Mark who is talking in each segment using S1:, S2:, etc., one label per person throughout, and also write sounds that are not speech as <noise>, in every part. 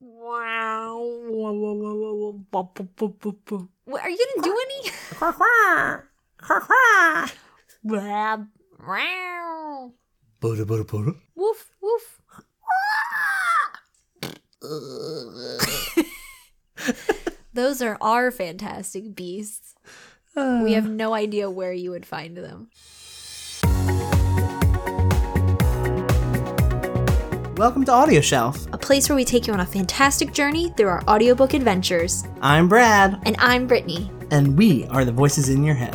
S1: Wow. Are you gonna do any? <laughs> Wow. Wow.
S2: Butter, butter, butter.
S1: Woof, woof. <laughs> Those are our fantastic beasts. We have no idea where you would find them.
S3: Welcome to Audio Shelf.
S1: A place where we take you on a fantastic journey through our audiobook adventures.
S3: I'm Brad,
S1: And I'm Brittany.
S3: and we are the voices in your head.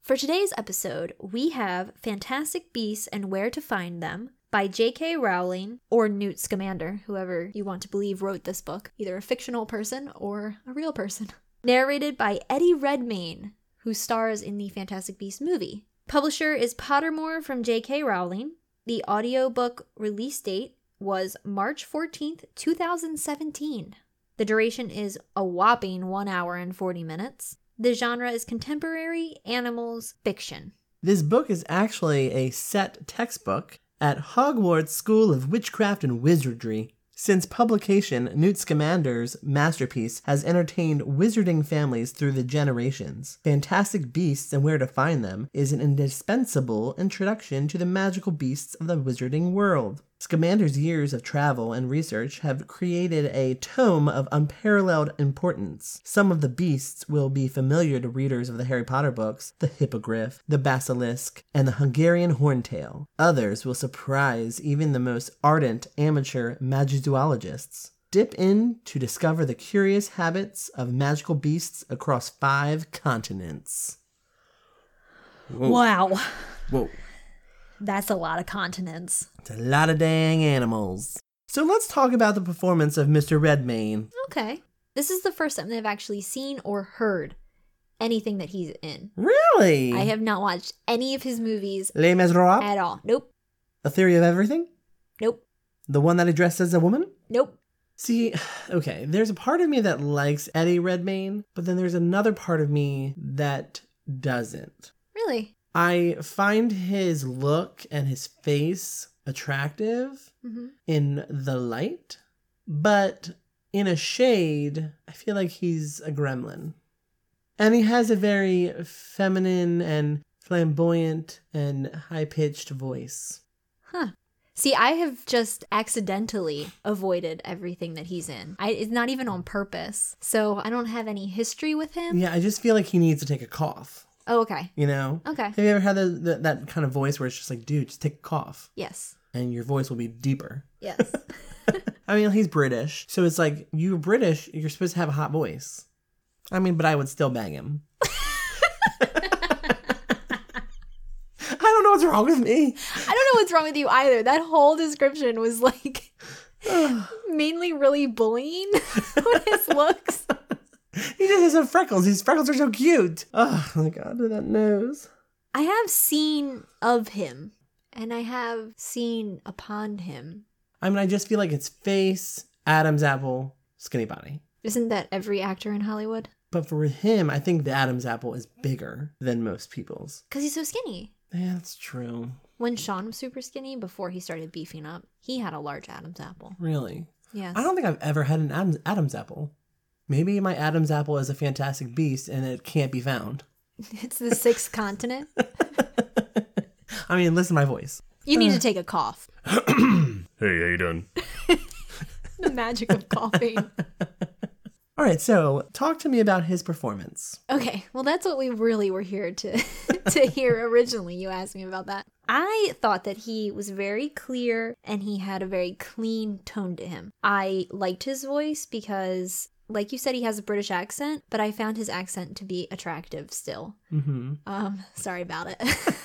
S1: For today's episode, we have Fantastic Beasts and Where to Find Them by J.K. Rowling or Newt Scamander, whoever you want to believe wrote this book, either a fictional person or a real person. <laughs> Narrated by Eddie Redmayne, who stars in the Fantastic Beasts movie. Publisher is Pottermore from J.K. Rowling. The audiobook release date was March 14th, 2017. The duration is a whopping 1 hour and 40 minutes. The genre is contemporary animals fiction.
S3: This book is actually a set textbook at Hogwarts School of Witchcraft and Wizardry. Since publication, Newt Scamander's masterpiece has entertained wizarding families through the generations. Fantastic Beasts and Where to Find Them is an indispensable introduction to the magical beasts of the wizarding world. Scamander's years of travel and research have created a tome of unparalleled importance. Some of the beasts will be familiar to readers of the Harry Potter books the hippogriff, the basilisk, and the Hungarian horntail. Others will surprise even the most ardent amateur magizoologists. Dip in to discover the curious habits of magical beasts across five continents.
S2: Whoa.
S1: Wow.
S2: Whoa.
S1: That's a lot of continents.
S3: It's a lot of dang animals. So let's talk about the performance of Mr. Redmayne.
S1: Okay. This is the first time I've actually seen or heard anything that he's in.
S3: Really?
S1: I have not watched any of his movies
S3: Les Miserables,
S1: at all. Nope.
S3: A Theory of Everything,
S1: Nope.
S3: the one that he dressed as a woman.
S1: Nope.
S3: See, <sighs> okay, there's a part of me that likes Eddie Redmayne, but then there's another part of me that doesn't.
S1: Really?
S3: I find his look and his face attractive
S1: hmm
S3: in the light, but in a shade, I feel like he's a gremlin. And he has a very feminine and flamboyant and high pitched voice.
S1: Huh. See, I have just accidentally avoided everything that he's in. I, it's not even on purpose. So I don't have any history with him.
S3: Yeah, I just feel like he needs to take a cough,
S1: Oh, okay.
S3: you know?
S1: Okay.
S3: Have you ever had the, the, that kind of voice where it's just like, dude, just take a cough
S1: Yes.
S3: and your voice will be deeper?
S1: Yes. <laughs>
S3: I mean, he's British. So it's like, you're British, you're supposed to have a hot voice. I mean, but I would still bang him. <laughs> I don't know what's wrong with me.
S1: I don't know what's wrong with you either. That whole description was like mainly really bullying <laughs> on his looks.
S3: He just has some freckles. His freckles are so cute. Oh my god, that nose.
S1: I have seen of him and I have seen upon him.
S3: I mean, I just feel like it's face, Adam's apple, skinny body.
S1: Isn't that every actor in Hollywood?
S3: But for him, I think the Adam's apple is bigger than most people's.
S1: Because he's so skinny.
S3: Yeah, that's true.
S1: When Sean was super skinny before he started beefing up, he had a large Adam's apple.
S3: Really?
S1: Yes.
S3: I don't think I've ever had an Adam's, Adam's apple. Maybe my Adam's apple is a fantastic beast and it can't be found.
S1: <laughs>
S3: <laughs>
S1: It's the sixth continent.
S3: I mean, listen to my voice.
S1: You need to take a cough.
S2: <coughs> Hey, how you doing?
S1: <laughs> The magic of coughing.
S3: All right, so talk to me about his performance.
S1: Okay, well, that's what we really were here to <laughs> to hear originally. You asked me about that. I thought that he was very clear and he had a very clean tone to him. I liked his voice because, like you said, he has a British accent, but I found his accent to be attractive still.
S3: Mm-hmm.
S1: Um, sorry about it. <laughs>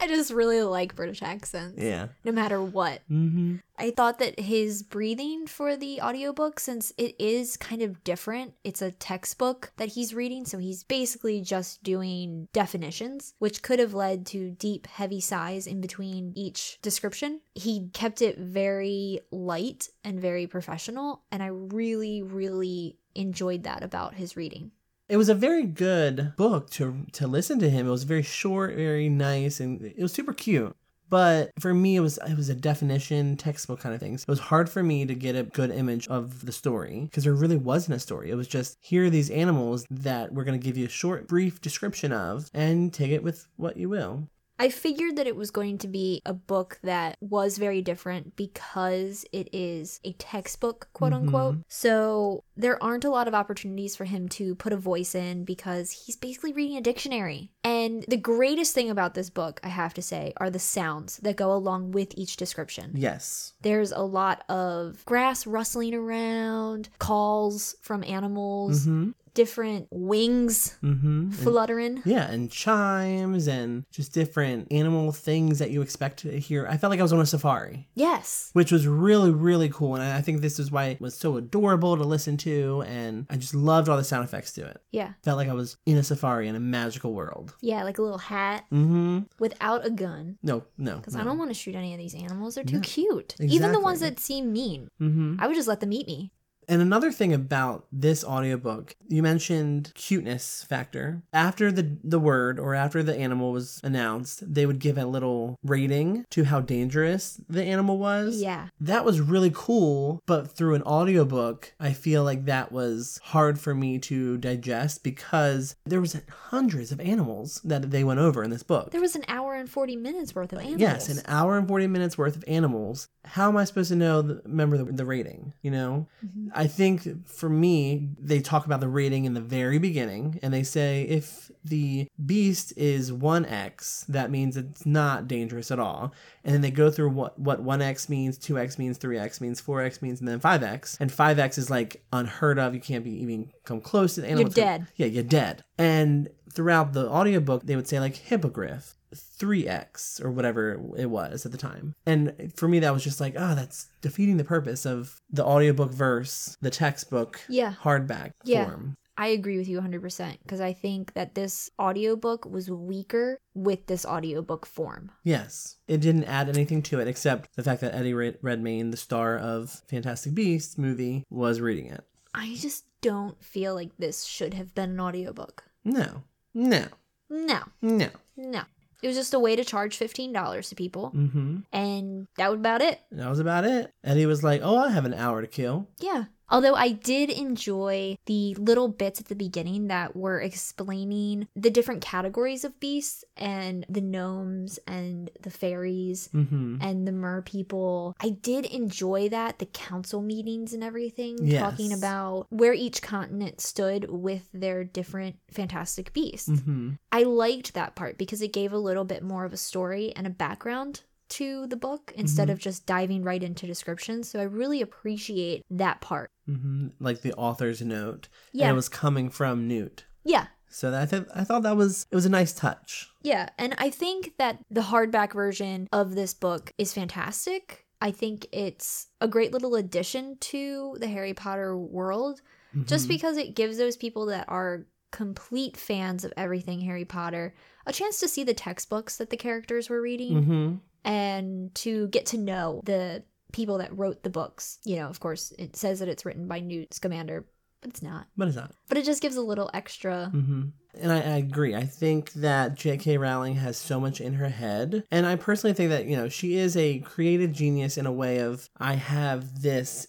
S1: I just really like British accents,
S3: Yeah.
S1: no matter what.
S3: Mm-hmm.
S1: I thought that his breathing for the audiobook, since it is kind of different, it's a textbook that he's reading, so he's basically just doing definitions, which could have led to deep, heavy sighs in between each description. He kept it very light and very professional, and I really, really enjoyed that about his reading.
S3: It was a very good book to to listen to him. It was very short, very nice, and it was super cute. But for me, it was it was a definition textbook kind of thing. So it was hard for me to get a good image of the story because there really wasn't a story. It was just here are these animals that we're going to give you a short, brief description of, and take it with what you will.
S1: I figured that it was going to be a book that was very different because it is a textbook, quote unquote. So there aren't a lot of opportunities for him to put a voice in because he's basically reading a dictionary. And the greatest thing about this book, I have to say, are the sounds that go along with each description.
S3: Yes,
S1: There's a lot of grass rustling around, calls from animals, different wings
S3: mm-hmm.
S1: fluttering.
S3: Yeah, and chimes and just different animal things that you expect to hear. I felt like I was on a safari,
S1: Yes.
S3: which was really, really cool. And I I think this is why it was so adorable to listen to. And I just loved all the sound effects to it.
S1: Yeah.
S3: Felt like I was in a safari in a magical world.
S1: Yeah, like a little hat
S3: Mm hmm.
S1: without a gun.
S3: No, no.
S1: Because
S3: no.
S1: I don't want to shoot any of these animals. They're too cute. Even the ones
S3: exactly.
S1: that seem mean.
S3: Mm-hmm.
S1: I would just let them eat me.
S3: And another thing about this audiobook, you mentioned cuteness factor. After the the word or after the animal was announced, they would give a little rating to how dangerous the animal was.
S1: Yeah.
S3: That was really cool, but through an audiobook, I feel like that was hard for me to digest because there was hundreds of animals that they went over in this book.
S1: There was an hour and 40 minutes worth of animals.
S3: Yes, an hour and 40 minutes worth of animals. How am I supposed to know, the, remember the, the rating? You know? I think for me, they talk about the rating in the very beginning and they say if the beast is 1x, that means it's not dangerous at all. And then they go through what, what 1x means, 2x means, 3x means, 4x means, and then 5x. And 5x is like unheard of. You can't be even come close to the animal.
S1: dead.
S3: Yeah, you're dead. And throughout the audiobook, they would say like hippogriff, 3x, or whatever it was at the time. And for me, that was just like, oh, that's defeating the purpose of the audiobook verse, the textbook
S1: Yeah.
S3: hardback
S1: Yeah.
S3: form.
S1: I agree with you 100% because I think that this audiobook was weaker with this audiobook form.
S3: Yes. It didn't add anything to it except the fact that Eddie Red- Redmayne, the star of Fantastic Beasts movie, was reading it.
S1: I just don't feel like this should have been an audiobook.
S3: No. No.
S1: No,
S3: No.
S1: no. It was just a way to charge $15 to people,
S3: hmm
S1: and that was about it.
S3: That was about it. Eddie was like, oh, I have an hour to kill.
S1: Yeah. Although I did enjoy the little bits at the beginning that were explaining the different categories of beasts and the gnomes and the fairies
S3: Mm-hmm.
S1: and the mer people. I did enjoy that, the council meetings and everything,
S3: Yes.
S1: talking about where each continent stood with their different fantastic beasts.
S3: Mm-hmm.
S1: I liked that part because it gave a little bit more of a story and a background to the book instead
S3: Mm-hmm.
S1: of just diving right into descriptions. So I really appreciate that part.
S3: hmm Like the author's note.
S1: Yeah.
S3: And it was coming from Newt.
S1: Yeah.
S3: So that I, th- I thought that was, it was a nice touch.
S1: Yeah. And I think that the hardback version of this book is fantastic. I think it's a great little addition to the Harry Potter world just
S3: Mm-hmm.
S1: because it gives those people that are complete fans of everything Harry Potter a chance to see the textbooks that the characters were reading.
S3: Mm-hmm.
S1: and to get to know the people that wrote the books. You know, of course, it says that it's written by Newt Scamander, but it's not.
S3: But it's not.
S1: But it just gives a little extra.
S3: Mm-hmm. And I, I agree. I think that J.K. Rowling has so much in her head. And I personally think that, you know, she is a creative genius in a way of I have this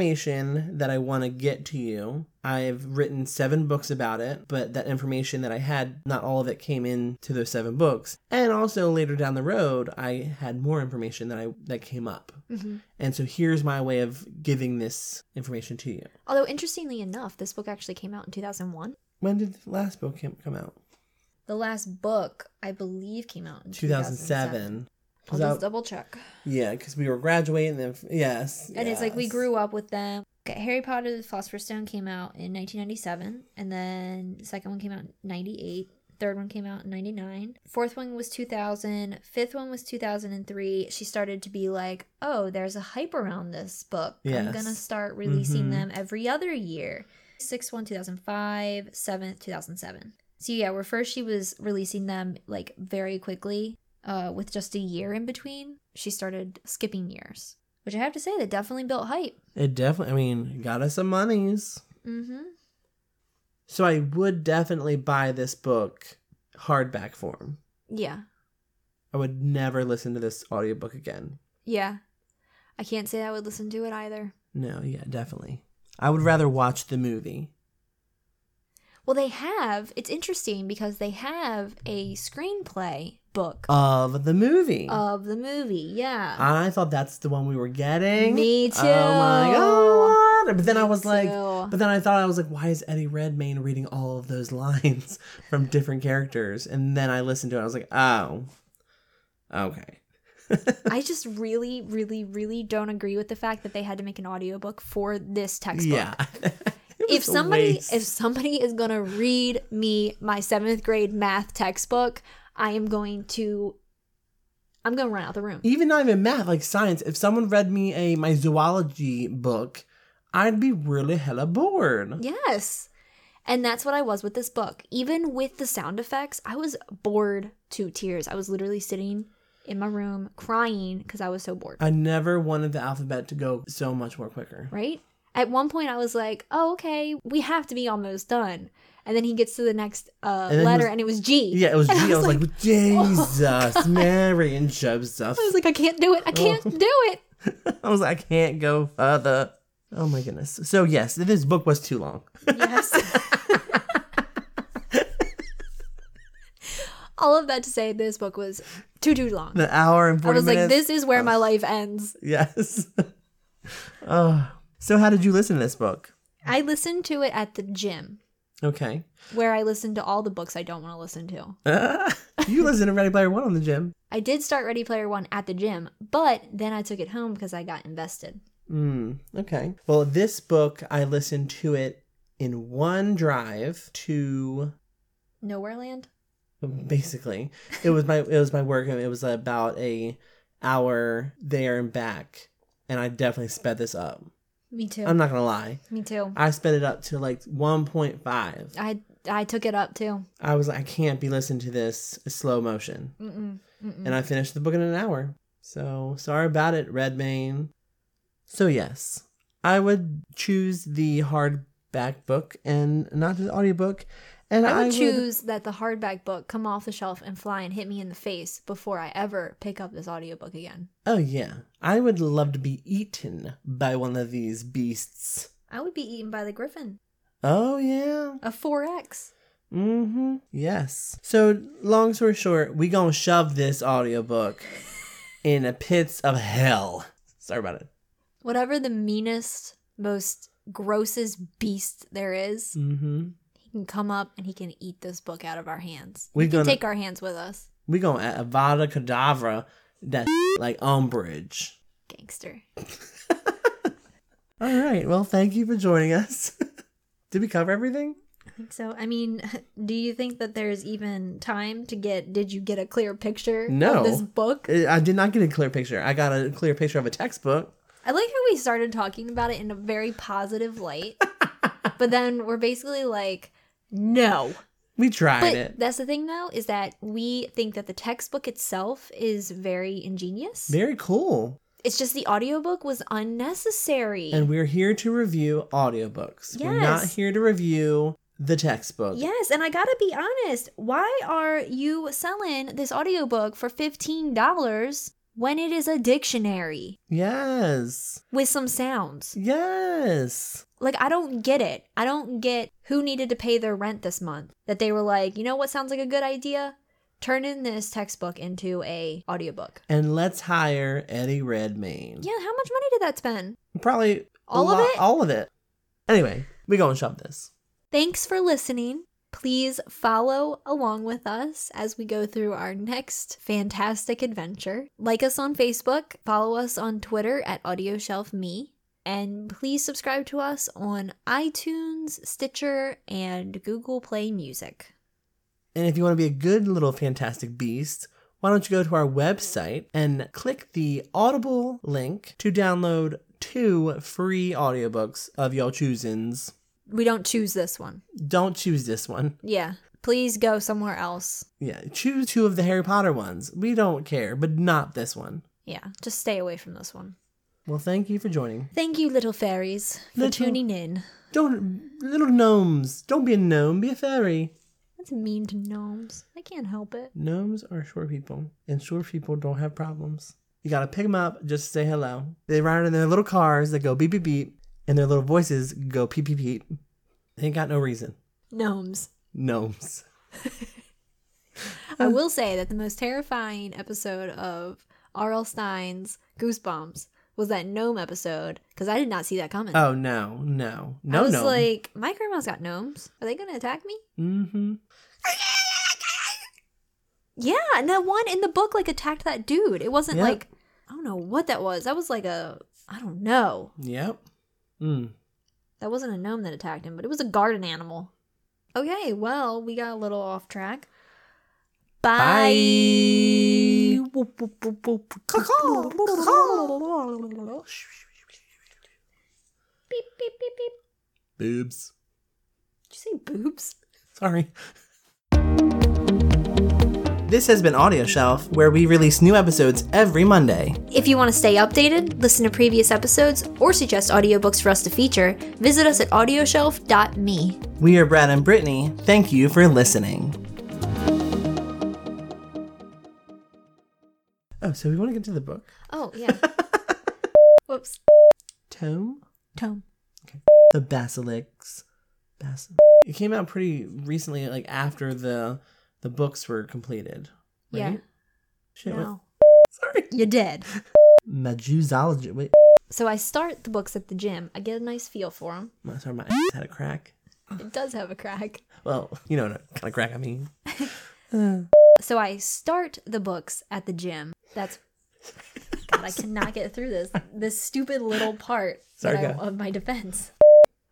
S3: information that I want to get to you. I've written seven books about it, but that information that I had, not all of it came in to those seven books. And also later down the road, I had more information that I that came up.
S1: Mhm.
S3: And so here's my way of giving this information to you.
S1: Although, interestingly enough, this book actually came out in 2001.
S3: When did the last book come come out?
S1: The last book, I believe, came out in
S3: 2007.
S1: 2007. I'll
S3: That-
S1: just double check.
S3: Yeah, because we were graduating then. Yes.
S1: And it's like we
S3: yes.
S1: grew up with them. Okay, Harry Potter the Philosopher's Stone came out in 1997, and then the second one came out in 98. Third one came out in 99. Fourth one was 2000. Fifth one was 2003. She started to be like, oh, there's a hype around this book. I'm
S3: Yes.
S1: going to start releasing
S3: Mhm.
S1: them every other year. Sixth one, 2005. Seventh, 2007. So yeah, where first she was releasing them like very quickly uh, with just a year in between, she started skipping years, which I have to say, that definitely built hype. Mm-hmm.
S3: It definitely, I mean, got us some monies.
S1: Mm hmm.
S3: So I would definitely buy this book hardback form.
S1: Yeah.
S3: I would never listen to this audiobook again.
S1: Yeah. I can't say I would listen to it either.
S3: No, yeah, definitely. I would rather watch the movie.
S1: Well, they have, it's interesting because they have a screenplay book
S3: Of the movie.
S1: of the movie. Yeah.
S3: I thought that's the one we were getting.
S1: Me too.
S3: Oh my god. But then I
S1: Me
S3: was like
S1: too.
S3: but then I thought I was like, why is Eddie Redmayne reading all of those lines <laughs> from different characters? And then I listened to it, I was like, oh. Okay.
S1: I just really, really, really don't agree with the fact that they had to make an audiobook for this textbook.
S3: Yeah. <laughs> It
S1: If
S3: was a
S1: somebody
S3: waste.
S1: if somebody is gonna read me my seventh grade math textbook, I am going to I'm gonna run out the room.
S3: even not even math, like science, if someone read me a my zoology book, I'd be really hella bored.
S1: Yes. And that's what I was with this book. Even with the sound effects, I was bored to tears. I was literally sitting in my room crying because I was so bored.
S3: I never wanted the alphabet to go so much more quicker.
S1: right? At one point, I was like, "Oh, okay, we have to be almost done." And then he gets to the next uh,
S3: And then he
S1: letter,
S3: was-
S1: and it was G.
S3: Yeah, it was G.
S1: And
S3: I
S1: I
S3: was, like, Jesus,
S1: <laughs>
S3: Mary and Joseph.
S1: I was like, "I can't do it. I can't do it."
S3: <laughs> I was like, I can't go further. Oh my goodness. So yes, this book was too long.
S1: Yes. <laughs> All of that to say, this book was too too long.
S3: An hour and
S1: I
S3: forty
S1: was like,
S3: minutes. Oh.
S1: "This is where my life ends."
S3: Yes. <laughs> oh. So how did you listen to this book?
S1: I listened to it at the gym,
S3: Okay.
S1: where I listened to all the books I don't want to listen to.
S3: <laughs> you listened to Ready Player One on the gym.
S1: I did start Ready Player One at the gym, but then I took it home because I got invested.
S3: Mm, okay. Well, this book, I listened to it in one drive to
S1: Nowhere Land.
S3: basically it was my it was my work and it was about a hour there and back and i definitely sped this up
S1: Me too.
S3: i'm not gonna lie
S1: Me too.
S3: i sped it up to like 1.5
S1: I I took it up too.
S3: i was like i can't be listening to this slow motion
S1: Mm-mm, mm-mm.
S3: and i finished the book in an hour so sorry about it redmayne so yes i would choose the hardback book and not the audiobook and
S1: I would choose that the hardback book come off the shelf and fly and hit me in the face before I ever pick up this audiobook again.
S3: Oh yeah, I would love to be eaten by one of these beasts.
S1: I would be eaten by the griffin.
S3: Oh yeah.
S1: A 4X.
S3: Mm-hmm. Yes. So long story short, we gonna shove this audiobook in a pits of hell. Sorry about it.
S1: Whatever the meanest, most grossest beast there is,
S3: Mm-hmm.
S1: he can come up and he can eat this book out of our hands.
S3: We
S1: We can
S3: gonna-
S1: take our hands with us.
S3: We gonna add Avada Kedavra that <laughs> like umbrage.
S1: Gangster.
S3: All right. Well, thank you for joining us. <laughs> Did we cover everything?
S1: I think so. I mean, <laughs> do you think that there's even time to get did you get a clear picture
S3: No.
S1: of this book?
S3: Uh, I did not get a clear picture. I got a clear picture of a textbook.
S1: I like how we started talking about it in a very positive light, but then we're basically like, no.
S3: We tried
S1: But
S3: it.
S1: that's the thing, though, is that we think that the textbook itself is very ingenious.
S3: Very cool.
S1: It's just the audiobook was unnecessary.
S3: And we're here to review audiobooks. We're not
S1: Yes.
S3: here to review the textbook.
S1: yes, and I gotta be honest, why are you selling this audiobook for $15 when it is a dictionary
S3: Yes.
S1: with some sounds?
S3: Yes.
S1: Like, I don't get it. I don't get who needed to pay their rent this month. That they were like, you know what sounds like a good idea? Turn in this textbook into a audiobook.
S3: And let's hire Eddie Redmayne.
S1: Yeah, how much money did that spend?
S3: Probably a
S1: All of
S3: lot-
S1: it?
S3: All of it. Anyway, we gonna shove this.
S1: Thanks for listening. Please follow along with us as we go through our next fantastic adventure. Like us on Facebook, follow us on Twitter at AudioshelfMe, and please subscribe to us on iTunes, Stitcher, and Google Play Music.
S3: And if you want to be a good little fantastic beast, why don't you go to our website and click the Audible link to download two free audiobooks of y'all choosins.
S1: We don't choose this one.
S3: Don't choose this one.
S1: Yeah. Please go somewhere else.
S3: Yeah, choose two of the Harry Potter ones. We don't care, but not this one.
S1: Yeah, just stay away from this one.
S3: Well, thank you for joining.
S1: Thank you, little fairies, for
S3: Little-
S1: tuning in.
S3: Don't, little gnomes, don't be a gnome, be a fairy.
S1: That's mean to gnomes. I can't help it.
S3: Gnomes are short people, and short people don't have problems. You gotta pick them up just to say hello. They ride in their little cars that go beep beep beep, and their little voices go peep peep peep. They ain't got no reason.
S1: Gnomes.
S3: Gnomes.
S1: I will say that the most terrifying episode of R.L. Stein's Goosebumps was that gnome episode because I did not see that coming.
S3: Oh no, no,
S1: I
S3: no,
S1: was
S3: no.
S1: like, my grandma's got gnomes. Are they gonna attack me?
S3: mm-hmm.
S1: Yeah, and that one in the book like attacked that dude. It wasn't
S3: Yep.
S1: like I don't know what that was. That was like a I don't know.
S3: Yep. Mm.
S1: That wasn't a gnome that attacked him, but it was a garden animal. Okay, well, we got a little off track. Bye. Beep, beep, beep, beep.
S3: Boobs.
S1: Did you say boobs?
S3: Sorry. This has been Audio Shelf, where we release new episodes every Monday.
S1: If you want to stay updated, listen to previous episodes, or suggest audiobooks for us to feature, visit us at audioshelf.me.
S3: We are Brad and Brittany. Thank you for listening. Oh, so we want to get to the book.
S1: Oh, <laughs> yeah. Whoops.
S3: Tome?
S1: Tome.
S3: The Basilics. Bas- it came out pretty recently, like after the the books were completed. Right?
S1: Yeah.
S3: Shit, what-
S1: No.
S3: Sorry.
S1: You're dead.
S3: Majusology. Wait,
S1: So I start the books at the gym. I get a nice feel for them.
S3: my- sorry, my had a crack.
S1: It does have a crack.
S3: Well, you know what kind of crack I mean.
S1: So I start the books at the gym. That's God, I cannot get through this. This stupid little part that
S3: Sorry,
S1: I,
S3: go.
S1: of my defense.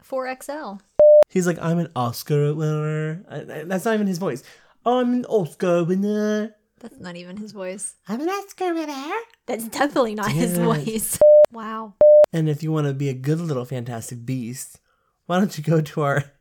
S1: 4XL.
S3: He's like, I'm an Oscar winner. I, I- that's not even his voice. I'm an Oscar winner.
S1: That's not even his voice.
S3: I'm an Oscar winner.
S1: That's definitely not his
S3: Damn it.
S1: voice. Wow.
S3: And if you want to be a good little fantastic beast, why don't you go to our